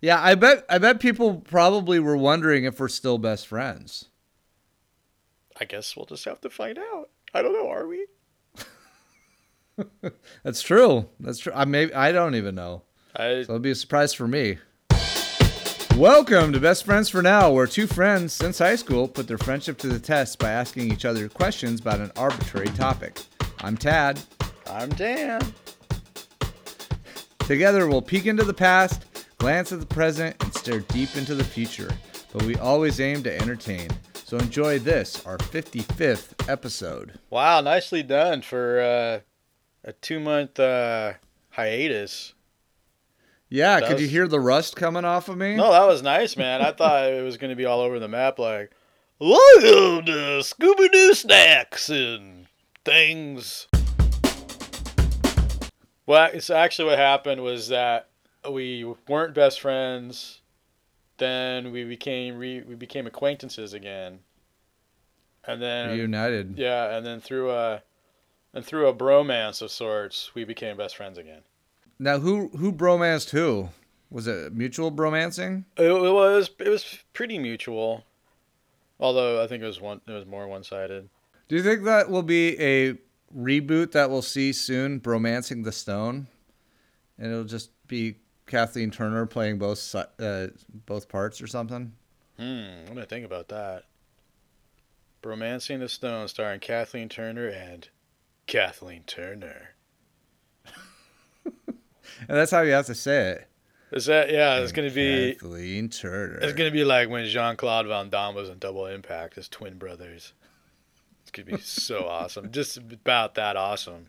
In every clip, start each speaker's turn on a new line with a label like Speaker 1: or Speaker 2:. Speaker 1: Yeah, I bet I bet people probably were wondering if we're still best friends.
Speaker 2: I guess we'll just have to find out. I don't know, are we?
Speaker 1: That's true. That's true. I may I don't even know.
Speaker 2: I
Speaker 1: So it'll be a surprise for me. Welcome to Best Friends for Now, where two friends since high school put their friendship to the test by asking each other questions about an arbitrary topic. I'm Tad.
Speaker 2: I'm Dan.
Speaker 1: Together, we'll peek into the past, glance at the present, and stare deep into the future. But we always aim to entertain. So enjoy this, our 55th episode.
Speaker 2: Wow, nicely done for uh, a two month uh, hiatus.
Speaker 1: Yeah,
Speaker 2: That
Speaker 1: could you
Speaker 2: was-
Speaker 1: hear the rust coming off of me?
Speaker 2: No, that was nice, man. I thought it was going to be all over the map, like welcome to Scooby Doo snacks and things. Well, it's actually what happened was that we weren't best friends. Then we became re- we became acquaintances again, and then
Speaker 1: Reunited.
Speaker 2: yeah, and then through a and through a bromance of sorts, we became best friends again.
Speaker 1: Now, who who bromanced who? Was it mutual bromancing?
Speaker 2: It, it was it was pretty mutual, although I think it was one it was more one sided.
Speaker 1: Do you think that will be a reboot that we'll see soon, Bromancing the Stone? And it'll just be Kathleen Turner playing both si- uh, both parts or something?
Speaker 2: Hmm, I'm gonna think about that. Bromancing the Stone, starring Kathleen Turner and Kathleen Turner.
Speaker 1: And that's how you have to say it.
Speaker 2: Is that yeah? It's gonna be
Speaker 1: Kathleen Turner.
Speaker 2: it's gonna be like when Jean Claude Van Damme was in Double Impact, his twin brothers. It's gonna be so awesome, just about that awesome.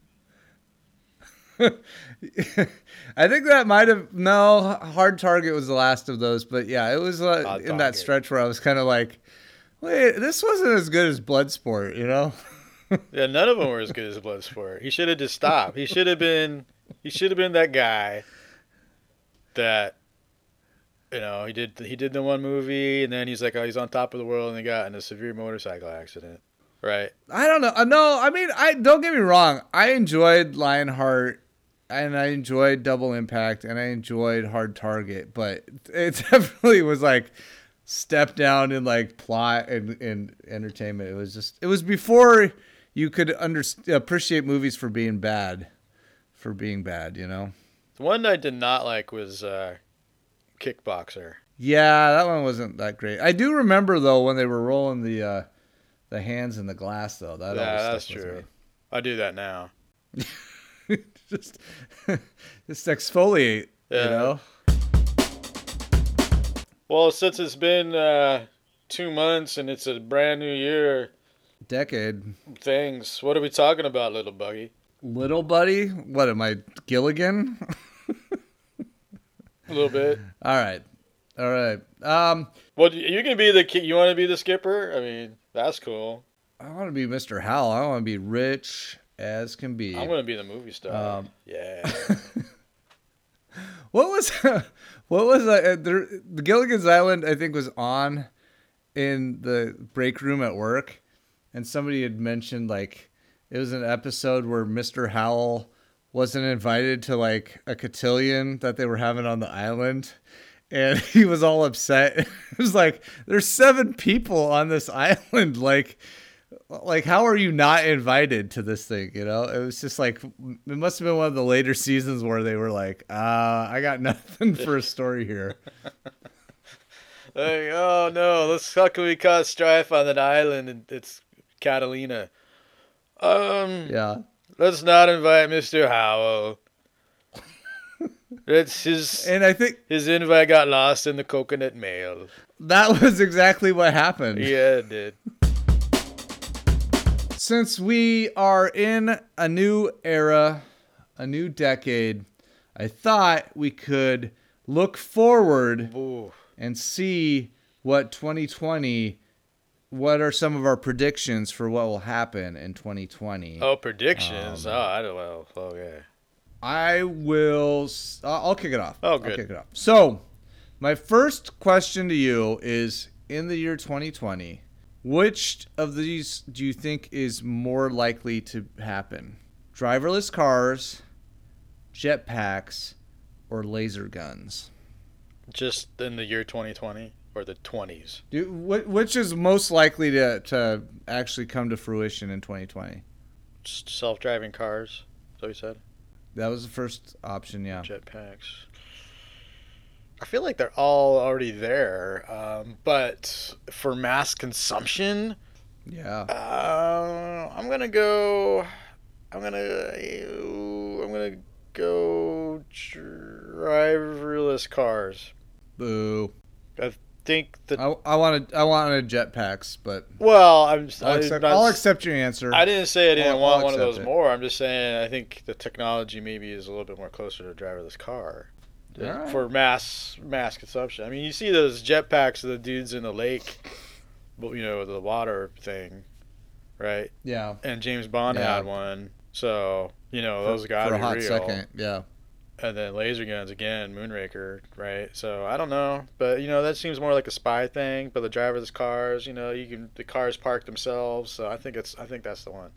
Speaker 1: I think that might have no hard target was the last of those, but yeah, it was uh,
Speaker 2: Hard
Speaker 1: in that
Speaker 2: Target.
Speaker 1: stretch where I was kind of like, wait, this wasn't as good as Bloodsport, you know?
Speaker 2: Yeah, none of them were as good as Bloodsport. He should have just stopped. He should have been. He should have been that guy. That, you know, he did. He did the one movie, and then he's like, oh, he's on top of the world, and he got in a severe motorcycle accident. Right.
Speaker 1: I don't know. Uh, No, I mean, I don't get me wrong. I enjoyed Lionheart, and I enjoyed Double Impact, and I enjoyed Hard Target, but it definitely was like step down in like plot and, and entertainment. It was just it was before you could under, appreciate movies for being bad, for being bad. You know?
Speaker 2: The one I did not like was uh, Kickboxer.
Speaker 1: Yeah, that one wasn't that great. I do remember though when they were rolling the uh, the hands in the glass though. That
Speaker 2: Yeah,
Speaker 1: always stuck
Speaker 2: that's
Speaker 1: with
Speaker 2: true.
Speaker 1: me.
Speaker 2: I do that now.
Speaker 1: just just exfoliate
Speaker 2: Yeah.
Speaker 1: you know
Speaker 2: Well, since it's been uh, two months and it's a brand new year,
Speaker 1: decade
Speaker 2: things. What are we talking about, little buggy?
Speaker 1: little buddy what am i gilligan
Speaker 2: A little bit.
Speaker 1: all right all right um
Speaker 2: Well, you- you can be the ki- you want to be the skipper. I mean, that's cool.
Speaker 1: i want to be mr howell i want to be rich as can be
Speaker 2: I'm gonna be the movie star.
Speaker 1: Um,
Speaker 2: yeah,
Speaker 1: what was what was uh, there, the gilligan's island i think was on in the break room at work and somebody had mentioned like it was an episode where mr howell wasn't invited to like a cotillion that they were having on the island and he was all upset it was like there's seven people on this island like like how are you not invited to this thing you know it was just like it must have been one of the later seasons where they were like uh i got nothing for a story here
Speaker 2: like, oh no, let's how can we cause strife on an island? And it's Catalina. Um,
Speaker 1: yeah
Speaker 2: let's not invite Mr. Howell. That's his
Speaker 1: and i think
Speaker 2: his invite got lost in the coconut mail.
Speaker 1: that was exactly what happened
Speaker 2: Yeah, it did.
Speaker 1: since we are in a new era, a new decade, I thought we could look forward
Speaker 2: Ooh.
Speaker 1: and see what 2020 what are some of our predictions for what will happen in 2020.
Speaker 2: Oh, predictions. oh, I don't know. Oh, yeah.
Speaker 1: I will s- I'll I'll kick it off.
Speaker 2: Oh,
Speaker 1: I'll
Speaker 2: good.
Speaker 1: kick it off. So, my first question to you is in the year 2020, which of these do you think is more likely to happen? Driverless cars, jetpacks, or laser guns?
Speaker 2: just in the year 2020 or the 20s.
Speaker 1: Do, wh- which is most likely to, to actually come to fruition in 2020?
Speaker 2: Self driving cars. Is that what you said?
Speaker 1: That was the first option, yeah.
Speaker 2: Jetpacks. I feel like they're all already there, um, but for mass consumption,
Speaker 1: Yeah.
Speaker 2: uh, I'm gonna go. I'm gonna. I'm gonna go driverless cars.
Speaker 1: Boo.
Speaker 2: Think the
Speaker 1: I, I wanted I wanted jetpacks, but
Speaker 2: well. I'm.
Speaker 1: I'll
Speaker 2: I'm
Speaker 1: accept,
Speaker 2: not
Speaker 1: I'll accept your answer.
Speaker 2: I didn't say I didn't
Speaker 1: I'll-
Speaker 2: want
Speaker 1: I'll
Speaker 2: one of
Speaker 1: accept
Speaker 2: those
Speaker 1: it.
Speaker 2: more. I'm just saying I think the technology maybe is a little bit more closer to a driverless car
Speaker 1: All right.
Speaker 2: for mass mass consumption. I mean, you see those jetpacks of the dudes in the lake, but you know the water thing, right?
Speaker 1: yeah.
Speaker 2: And James Bond
Speaker 1: Yeah.
Speaker 2: had one, so you know those
Speaker 1: For
Speaker 2: got to
Speaker 1: a
Speaker 2: be
Speaker 1: hot
Speaker 2: real.
Speaker 1: second, yeah.
Speaker 2: And then uh, laser guns again, Moonraker, right? So I don't know, but you know that seems more like a spy thing. But the driverless cars, you know, you can the cars park themselves. So I think it's I think that's the one.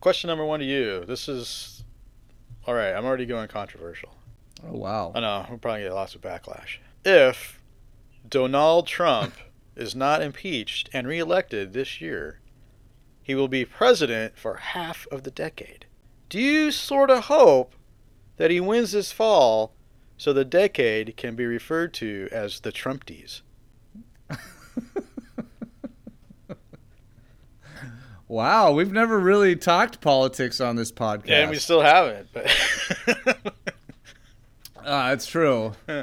Speaker 2: Question number one to you. This is all right. I'm already going controversial.
Speaker 1: Oh wow.
Speaker 2: I know we'll probably get lots of backlash if Donald Trump is not impeached and reelected this year. He will be president for half of the decade. Do you sort of hope that he wins this fall so the decade can be referred to as the Trumpties?
Speaker 1: Wow, we've never really talked politics on this podcast.
Speaker 2: And we still haven't. But
Speaker 1: Ah, it's true.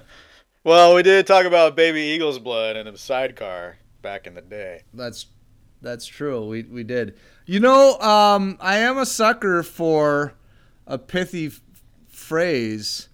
Speaker 2: well, we did talk about Baby Eagle's Blood and a sidecar back in the day.
Speaker 1: That's that's true. We we did. You know, um, I am a sucker for a pithy f- phrase,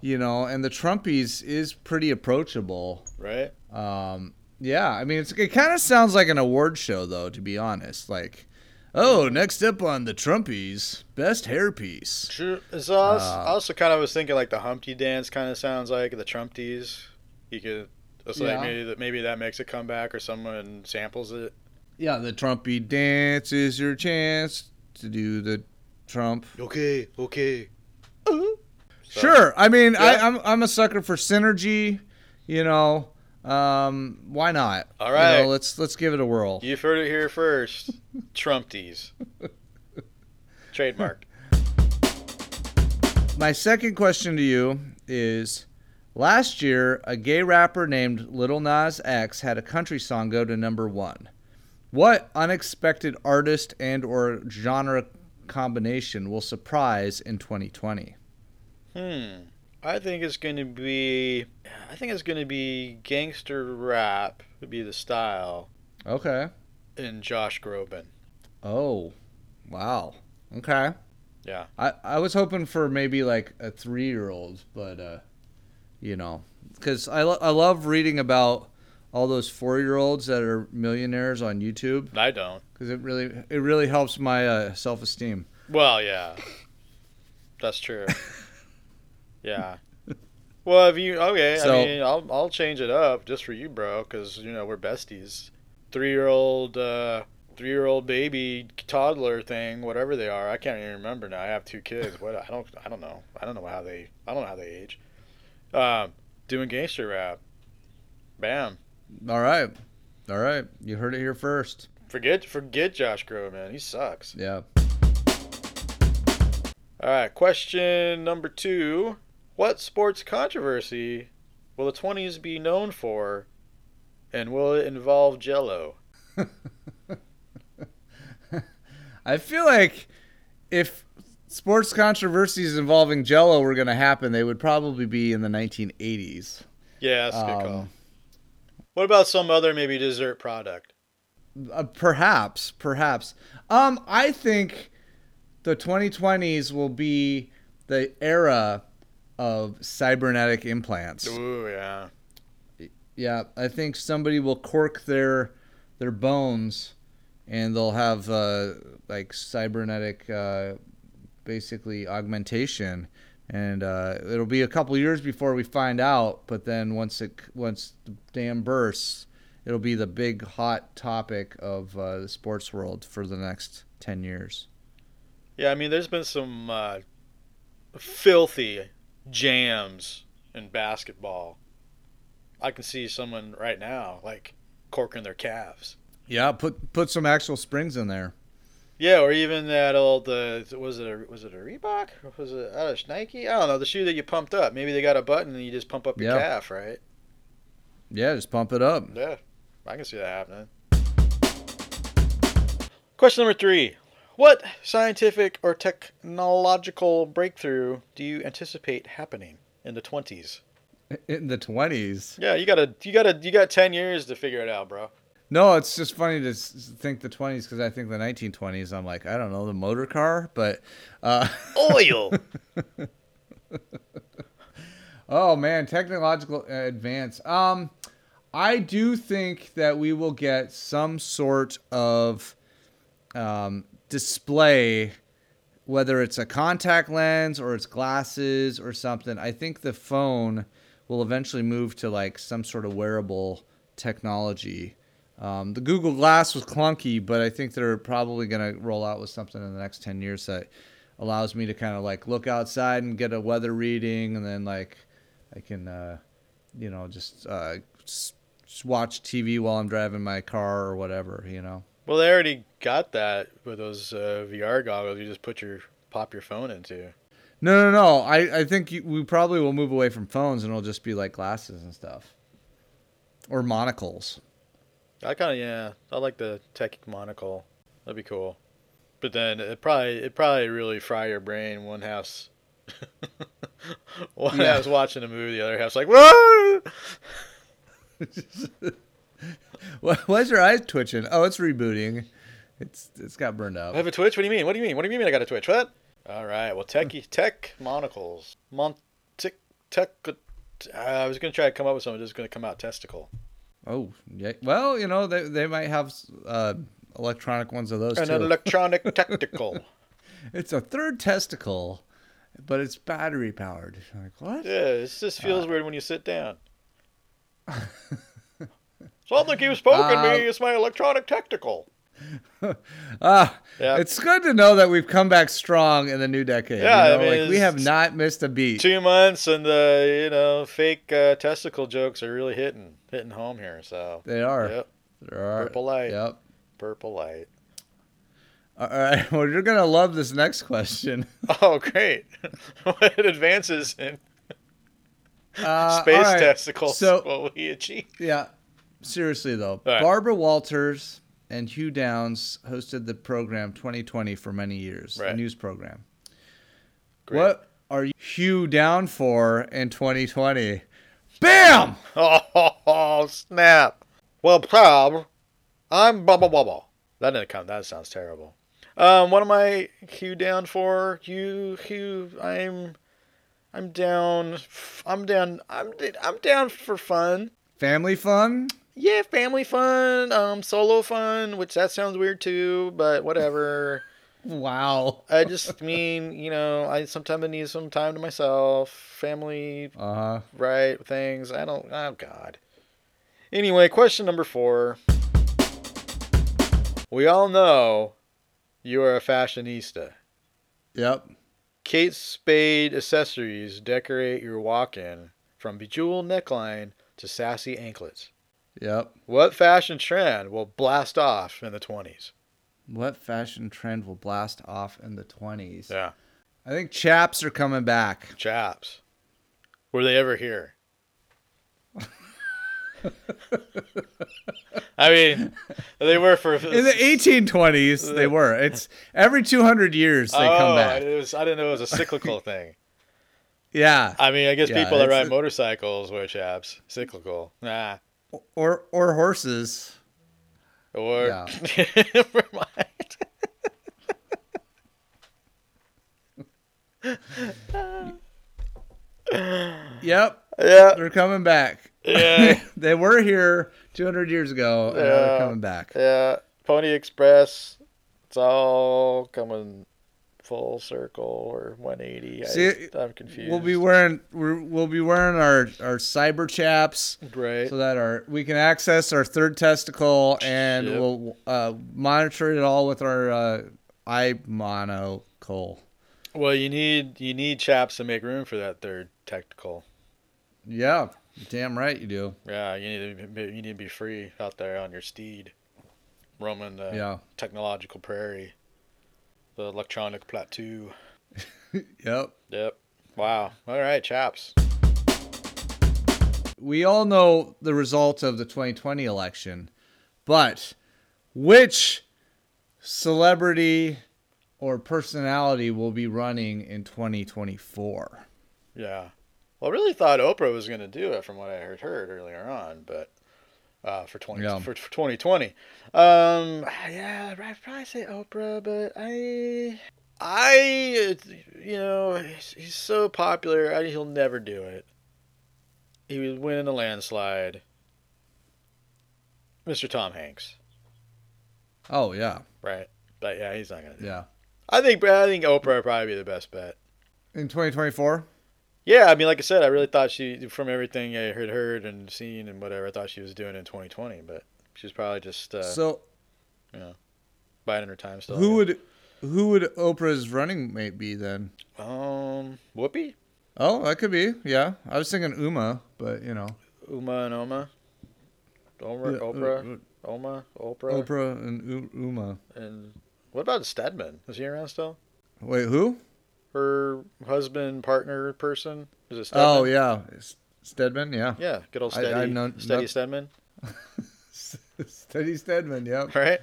Speaker 1: you know, and the Trumpies is pretty approachable.
Speaker 2: Right?
Speaker 1: Um, yeah, I mean, it's, it kind of sounds like an award show, though, to be honest. Like, oh, next up on the Trumpies, best hairpiece.
Speaker 2: True. It's also,
Speaker 1: Uh,
Speaker 2: also kind of was thinking like the Humpty Dance kind of sounds like the Trumpties. You could. It's
Speaker 1: Yeah.
Speaker 2: like maybe that maybe that makes a comeback or someone samples it.
Speaker 1: Yeah, the Trumpy dance is your chance to do the Trump.
Speaker 2: Okay, okay.
Speaker 1: Sure. I mean,
Speaker 2: Yeah.
Speaker 1: I, I'm I'm a sucker for synergy. You know, um, why not?
Speaker 2: All
Speaker 1: You
Speaker 2: right.
Speaker 1: know, let's let's give it a whirl.
Speaker 2: You've heard it here first. Trumpties. Trademark.
Speaker 1: My second question to you is: Last year, a gay rapper named Little Nas X had a country song go to number one. What unexpected artist and or genre combination will surprise in 2020?
Speaker 2: Hmm. I think it's going to be. I think it's going to be gangster rap would be the style
Speaker 1: Okay.
Speaker 2: in Josh Groban.
Speaker 1: Oh, wow. Okay.
Speaker 2: Yeah.
Speaker 1: I, I was hoping for maybe like a three year old, but, uh, you know, because I, lo- I love reading about all those four year olds that are millionaires on YouTube
Speaker 2: I don't.
Speaker 1: because it really it really helps my uh, self esteem.
Speaker 2: Well, yeah, that's true. yeah. Well, if you okay,
Speaker 1: So-
Speaker 2: I mean, I'll I'll change it up just for you, bro, because you know we're besties. Three year old, uh, three year old baby toddler thing, whatever they are. I can't even remember now. I have two kids. What I don't I don't know. I don't know how they I don't know how they age. Um, doing gangster rap. Bam.
Speaker 1: All right. All right. You heard it here first.
Speaker 2: Forget forget Josh Groban. man. He sucks.
Speaker 1: Yeah.
Speaker 2: All right, question number two. What sports controversy will the 20s be known for, and will it involve Jello?
Speaker 1: I feel like if sports controversies involving Jello were going to happen, they would probably be in the 1980s.
Speaker 2: Yeah, that's a good
Speaker 1: Um,
Speaker 2: call. What about some other maybe dessert product?
Speaker 1: Uh, perhaps, perhaps. Um, I think the 2020s will be the era of cybernetic implants.
Speaker 2: Ooh, yeah.
Speaker 1: Yeah, I think somebody will cork their their bones, and they'll have uh, like cybernetic, uh, basically augmentation, and uh, it'll be a couple years before we find out. But then once it once the dam bursts, it'll be the big hot topic of uh, the sports world for the next ten years.
Speaker 2: Yeah, I mean, there's been some uh, filthy jams in basketball, I can see someone right now like corking their calves.
Speaker 1: Yeah, put put some actual springs in there.
Speaker 2: Yeah, or even that old uh, was it a was it a Reebok? Or was it out of Nike? I don't know the shoe that you pumped up. Maybe they got a button and you just pump up your
Speaker 1: Yeah.
Speaker 2: calf, right?
Speaker 1: Yeah, just pump it up.
Speaker 2: Yeah, I can see that happening. Question number three: What scientific or technological breakthrough do you anticipate happening in the twenties?
Speaker 1: In the twenties.
Speaker 2: Yeah, you gotta you gotta you got ten years to figure it out, bro.
Speaker 1: No, it's just funny to s- think the twenties because I think the nineteen twenties. I'm like, I don't know the motor car, but uh,
Speaker 2: Oil.
Speaker 1: oh man, technological uh, advance. Um, I do think that we will get some sort of um, display, whether it's a contact lens or it's glasses or something. I think the phone will eventually move to like some sort of wearable technology. Um, the Google Glass was clunky, but I think they're probably going to roll out with something in the next 10 years that allows me to kind of like look outside and get a weather reading. And then like I can, uh, you know, just, uh, s- s- watch TV while I'm driving my car or whatever, you know?
Speaker 2: well, they already got that with those uh, VR goggles. You just put your pop your phone into.
Speaker 1: No, no, no. I, I think you, we probably will move away from phones and it'll just be like glasses and stuff or monocles.
Speaker 2: I kind of yeah, I like the tech monocle. That'd be cool. But then it probably it probably really fry your brain. One half's one
Speaker 1: Yeah.
Speaker 2: half's watching a movie, the other half's like whoa.
Speaker 1: Why, why is your eyes twitching? Oh, it's rebooting. It's it's got burned
Speaker 2: I
Speaker 1: out.
Speaker 2: have a twitch. What do you mean? What do you mean? What do you mean? I got a twitch? What? All right. Well,
Speaker 1: Hmm.
Speaker 2: techie tech monocles. Mont tech tech. uh, I was gonna try to come up with something. Just gonna come out testicle.
Speaker 1: Oh, yeah. Well, you know they they might have uh, electronic ones of those
Speaker 2: An
Speaker 1: too.
Speaker 2: electronic tactical.
Speaker 1: it's a third testicle, but it's battery powered. Like what?
Speaker 2: Yeah, it just feels weird when you sit down. Something keeps poking
Speaker 1: Um,
Speaker 2: me. It's my electronic tactical.
Speaker 1: Ah,
Speaker 2: Yeah.
Speaker 1: it's good to know that we've come back strong in the new decade.
Speaker 2: Yeah, I
Speaker 1: you know?
Speaker 2: mean,
Speaker 1: like we
Speaker 2: it's-
Speaker 1: have not missed a beat.
Speaker 2: Two months and the you know fake uh, testicle jokes are really hitting hitting home here. So
Speaker 1: They are.
Speaker 2: yep,
Speaker 1: They are.
Speaker 2: Purple light.
Speaker 1: Yep.
Speaker 2: purple light.
Speaker 1: All right. Well, you're gonna love this next question.
Speaker 2: Oh great! it advances in
Speaker 1: Uh,
Speaker 2: space
Speaker 1: all right.
Speaker 2: testicles.
Speaker 1: So-
Speaker 2: what we achieve.
Speaker 1: Yeah. Seriously though,
Speaker 2: right.
Speaker 1: Barbara Walters and Hugh Downs hosted the program 2020 for many years, a
Speaker 2: Right.
Speaker 1: news program.
Speaker 2: Great.
Speaker 1: What are you Hugh down for in 2020? Bam!
Speaker 2: Oh snap! Well, prob, I'm blah blah blah blah. That didn't come. That sounds terrible. Um, what am I Hugh down for? You Hugh, I'm, I'm down. f- I'm down. I'm d- I'm down for fun.
Speaker 1: Family fun.
Speaker 2: Yeah, family fun. Um, solo fun, which that sounds weird too, but whatever.
Speaker 1: Wow.
Speaker 2: I just mean, you know, I sometimes I need some time to myself. Family
Speaker 1: Uh huh.
Speaker 2: right things. I don't. Oh God. Anyway, question number four. We all know you are a fashionista.
Speaker 1: Yep.
Speaker 2: Kate Spade accessories decorate your walk-in from bejeweled neckline to sassy anklets.
Speaker 1: Yep.
Speaker 2: What fashion trend will blast off in the 20s?
Speaker 1: What fashion trend will blast off in the 20s?
Speaker 2: Yeah.
Speaker 1: I think chaps are coming back.
Speaker 2: Chaps. Were they ever here? I mean, they were for
Speaker 1: In the 1820s, they were. It's every 200 years they
Speaker 2: oh,
Speaker 1: come
Speaker 2: I,
Speaker 1: back.
Speaker 2: it was, I didn't know it was a cyclical thing.
Speaker 1: Yeah,
Speaker 2: I mean, I guess
Speaker 1: Yeah,
Speaker 2: people that
Speaker 1: it's
Speaker 2: ride
Speaker 1: a-
Speaker 2: motorcycles wear chaps. Cyclical. Nah.
Speaker 1: or or horses.
Speaker 2: Or
Speaker 1: Yeah.
Speaker 2: never mind.
Speaker 1: Yep,
Speaker 2: Yeah.
Speaker 1: they're coming back.
Speaker 2: Yeah.
Speaker 1: they were here 200 years ago, and now they're
Speaker 2: Yeah.
Speaker 1: coming back.
Speaker 2: Yeah. Pony Express. It's all coming full circle or 180.
Speaker 1: See,
Speaker 2: I, I'm confused.
Speaker 1: We'll be wearing we're, we'll be wearing our our cyber chaps
Speaker 2: right.
Speaker 1: so that our we can access our third testicle, and
Speaker 2: Yep.
Speaker 1: we'll uh, monitor it all with our uh, eye monocle.
Speaker 2: Well, you need you need chaps to make room for that third tactical.
Speaker 1: Yeah, damn right you do.
Speaker 2: Yeah, you need to be, you need to be free out there on your steed, roaming the
Speaker 1: Yeah.
Speaker 2: technological prairie, the electronic plateau.
Speaker 1: Yep.
Speaker 2: Yep. Wow. All right, chaps.
Speaker 1: We all know the result of the 2020 election, but which celebrity or personality will be running in 2024?
Speaker 2: Yeah. Well, I really thought Oprah was going to do it from what I heard heard earlier on, but uh, for twenty
Speaker 1: Yeah.
Speaker 2: for, for twenty twenty, um, yeah, I'd probably say Oprah, but I, I, uh, you know, he's, he's so popular, I, he'll never do it. He would win in a landslide. Mr. Tom Hanks,
Speaker 1: Oh yeah,
Speaker 2: right? But yeah, he's not going to. do it.
Speaker 1: yeah.
Speaker 2: I think I think Oprah would probably be the best bet.
Speaker 1: In 2024?
Speaker 2: Yeah, I mean, like I said, I really thought she, from everything I had heard and seen and whatever, I thought she was doing in 2020, but she's probably just uh,
Speaker 1: so
Speaker 2: biding her time still.
Speaker 1: who would who would Oprah's running mate be then?
Speaker 2: Um, Whoopi,
Speaker 1: Oh, that could be. Yeah, I was thinking Uma, but you know,
Speaker 2: Uma and Oma, Omer,
Speaker 1: Yeah,
Speaker 2: Oprah,
Speaker 1: uh,
Speaker 2: Oma,
Speaker 1: uh,
Speaker 2: Oprah,
Speaker 1: Oprah and U- Uma.
Speaker 2: and what about Stedman? Is he around still?
Speaker 1: Wait, who?
Speaker 2: Her husband, partner, person? Is it Stedman?
Speaker 1: Oh yeah, S- Stedman. Yeah,
Speaker 2: Yeah, good old
Speaker 1: I-
Speaker 2: steady,
Speaker 1: I've known-
Speaker 2: steady
Speaker 1: not-
Speaker 2: Stedman,
Speaker 1: Steady Stedman. Yep.
Speaker 2: right?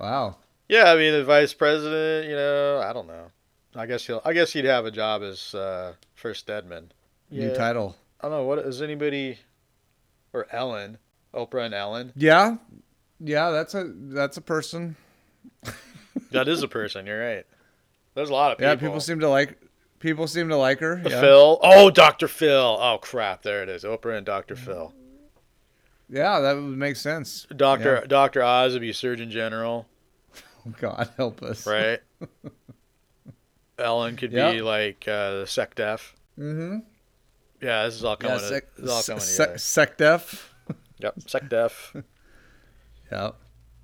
Speaker 1: Wow.
Speaker 2: Yeah, I mean the vice president. You know, I don't know. I guess he'll. I guess he'd have a job as uh, first Stedman.
Speaker 1: New title.
Speaker 2: I don't know. What is anybody or Ellen? Oprah and Ellen.
Speaker 1: Yeah, yeah. That's a that's a person.
Speaker 2: That is a person. You're right. There's a lot of people.
Speaker 1: Yeah, people seem to like people seem to like her. Yeah.
Speaker 2: Phil. Oh, Dr. Phil. Oh crap! There it is. Oprah and Dr. Phil.
Speaker 1: yeah, that would make sense.
Speaker 2: Doctor Doctor Oz would be Surgeon General,
Speaker 1: Oh, God help us.
Speaker 2: right? Ellen could be
Speaker 1: Yeah.
Speaker 2: like uh, SecDef.
Speaker 1: Mm-hmm.
Speaker 2: Yeah, this is all coming.
Speaker 1: Yeah.
Speaker 2: to-
Speaker 1: Sec,
Speaker 2: this is all
Speaker 1: sec,
Speaker 2: coming
Speaker 1: sec,
Speaker 2: together.
Speaker 1: SecDef.
Speaker 2: Yep, SecDef.
Speaker 1: Yeah.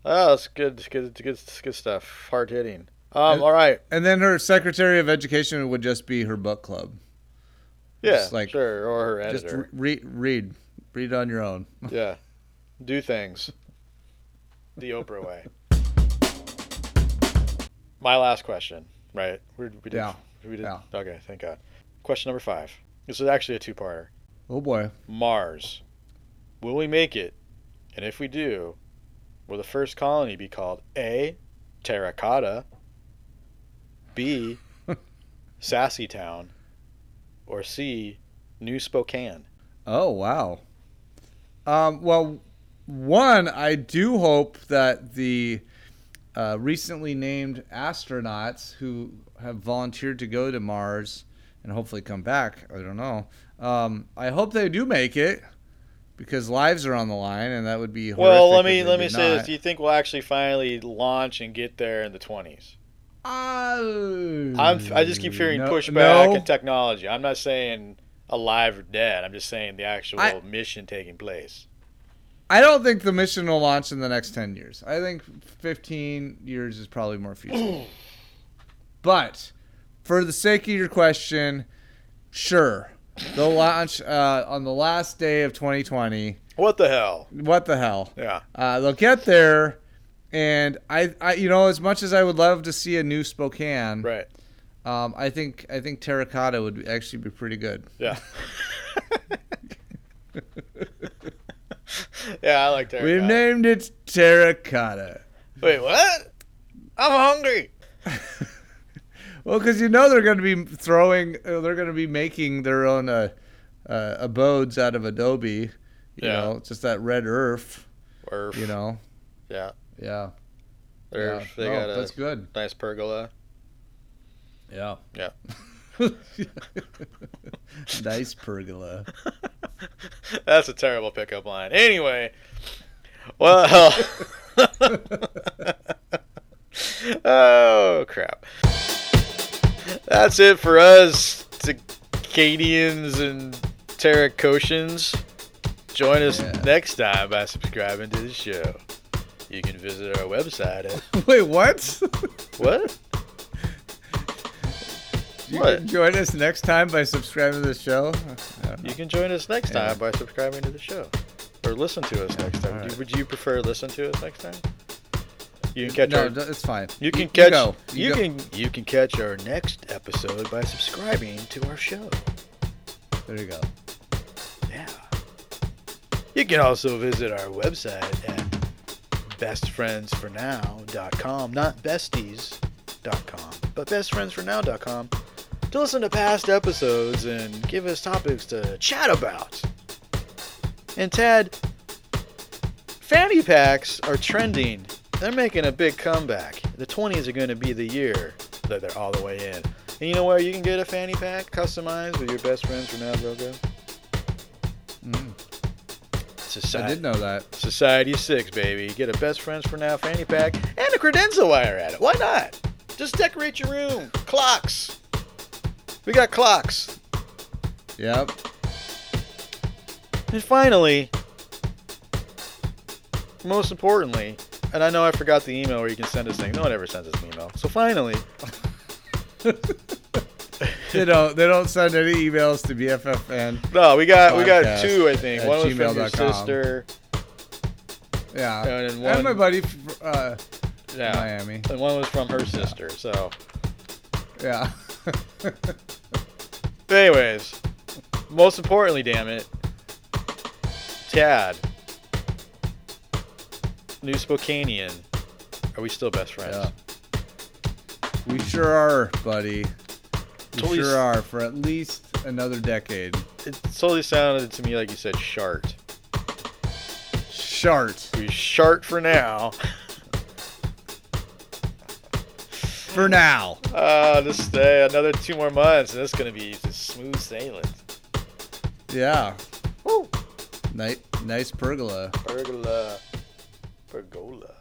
Speaker 2: Oh, that's good. It's good. It's good. It's good stuff. Hard hitting. Um. All right.
Speaker 1: And then her secretary of education would just be her book club.
Speaker 2: Yeah.
Speaker 1: Just like-
Speaker 2: sure. Or her editor.
Speaker 1: Just re- read, read on your own.
Speaker 2: yeah. Do things. The Oprah way. My last question. Right. We're, we did.
Speaker 1: Yeah,
Speaker 2: We did.
Speaker 1: yeah.
Speaker 2: Okay. Thank God. Question number five. This is actually a two-parter.
Speaker 1: Oh boy.
Speaker 2: Mars. Will we make it? And if we do, will the first colony be called A. Terracotta, B. Sassy Town, or C. New Spokane?
Speaker 1: Oh wow. Um, well, one, I do hope that the uh, recently named astronauts who have volunteered to go to Mars and hopefully come back. I don't know. Um, I hope they do make it because lives are on the line, and that would be.
Speaker 2: Well,
Speaker 1: horrific
Speaker 2: let
Speaker 1: if
Speaker 2: me
Speaker 1: they
Speaker 2: let me
Speaker 1: did
Speaker 2: say
Speaker 1: not.
Speaker 2: this: Do you think we'll actually finally launch and get there in the twenties?
Speaker 1: Oh,
Speaker 2: I'm I just keep hearing
Speaker 1: no-
Speaker 2: pushback
Speaker 1: no.
Speaker 2: and technology. I'm not saying alive or dead. I'm just saying the actual
Speaker 1: I-
Speaker 2: mission taking place.
Speaker 1: I don't think the mission will launch in the next 10 years. I think 15 years is probably more feasible. but for the sake of your question, sure. They'll launch uh, on the last day of 2020.
Speaker 2: What the hell?
Speaker 1: What the hell?
Speaker 2: Yeah.
Speaker 1: Uh, they'll get there. And I, I, you know, as much as I would love to see a new Spokane,
Speaker 2: Right.
Speaker 1: um, I think I think terracotta would actually be pretty good.
Speaker 2: Yeah. yeah, I like terracotta.
Speaker 1: We've named it terracotta.
Speaker 2: Wait, what? I'm hungry.
Speaker 1: Well, because you know they're going to be throwing, uh, they're going to be making their own uh, uh, abodes out of Adobe. You
Speaker 2: Yeah.
Speaker 1: know, it's just that red earth.
Speaker 2: Or
Speaker 1: You know.
Speaker 2: Yeah.
Speaker 1: Yeah.
Speaker 2: Or
Speaker 1: yeah.
Speaker 2: they
Speaker 1: No,
Speaker 2: got a
Speaker 1: that's good.
Speaker 2: nice pergola.
Speaker 1: Yeah.
Speaker 2: Yeah.
Speaker 1: nice pergola.
Speaker 2: That's a terrible pickup line. Anyway, well, oh crap. That's it for us, Acadians and Terracotians. Join us
Speaker 1: Yeah.
Speaker 2: next time by subscribing to the show. You can visit our website at
Speaker 1: Wait, what?
Speaker 2: what?
Speaker 1: You
Speaker 2: What?
Speaker 1: can join us next time by subscribing to the show.
Speaker 2: You can join us next
Speaker 1: Yeah.
Speaker 2: time by subscribing to the show, or listen to us next time.
Speaker 1: all
Speaker 2: Do-
Speaker 1: right.
Speaker 2: Would you prefer listen to us next time? You can catch
Speaker 1: no,
Speaker 2: our
Speaker 1: d- it's fine.
Speaker 2: you can catch
Speaker 1: go.
Speaker 2: you,
Speaker 1: go.
Speaker 2: can you can catch our next episode by subscribing to our show.
Speaker 1: There you go.
Speaker 2: Yeah. You can also visit our website at bestfriendsfornow.com, not besties.com, but bestfriendsfornow.com to listen to past episodes and give us topics to chat about. And Tad, fanny packs are trending. They're making a big comeback. The 20s are going to be the year that they're all the way in. And you know where you can get a fanny pack customized with your best friends from now logo?
Speaker 1: Mm, I
Speaker 2: Society,
Speaker 1: did know that.
Speaker 2: Society 6, baby. Get a best friends for now fanny pack and a credenza wire at it. Why not? Just decorate your room. Clocks. We got clocks.
Speaker 1: Yep.
Speaker 2: And finally, most importantly, and I know I forgot the email where you can send us things. No one ever sends us an email. So finally,
Speaker 1: they don't they don't send any emails to BFFN.
Speaker 2: no, we got we got
Speaker 1: Podcast
Speaker 2: two, I think.
Speaker 1: at
Speaker 2: One was from your
Speaker 1: gmail.com.
Speaker 2: sister.
Speaker 1: Yeah.
Speaker 2: And then
Speaker 1: And my
Speaker 2: one-
Speaker 1: buddy f- uh, in
Speaker 2: Yeah.
Speaker 1: Miami.
Speaker 2: And one was from her sister. So,
Speaker 1: Yeah.
Speaker 2: anyways, most importantly, damn it, Tad, New Spokanean, are we still best friends?
Speaker 1: yeah. We sure are, buddy. We
Speaker 2: Totally s-
Speaker 1: sure are for at least another decade.
Speaker 2: It totally sounded to me like you said shart.
Speaker 1: Shart.
Speaker 2: We shart for now.
Speaker 1: For now.
Speaker 2: Uh, this day, another two more months, and it's gonna be just smooth sailing.
Speaker 1: Yeah.
Speaker 2: Woo!
Speaker 1: Nice nice pergola.
Speaker 2: Pergola, pergola.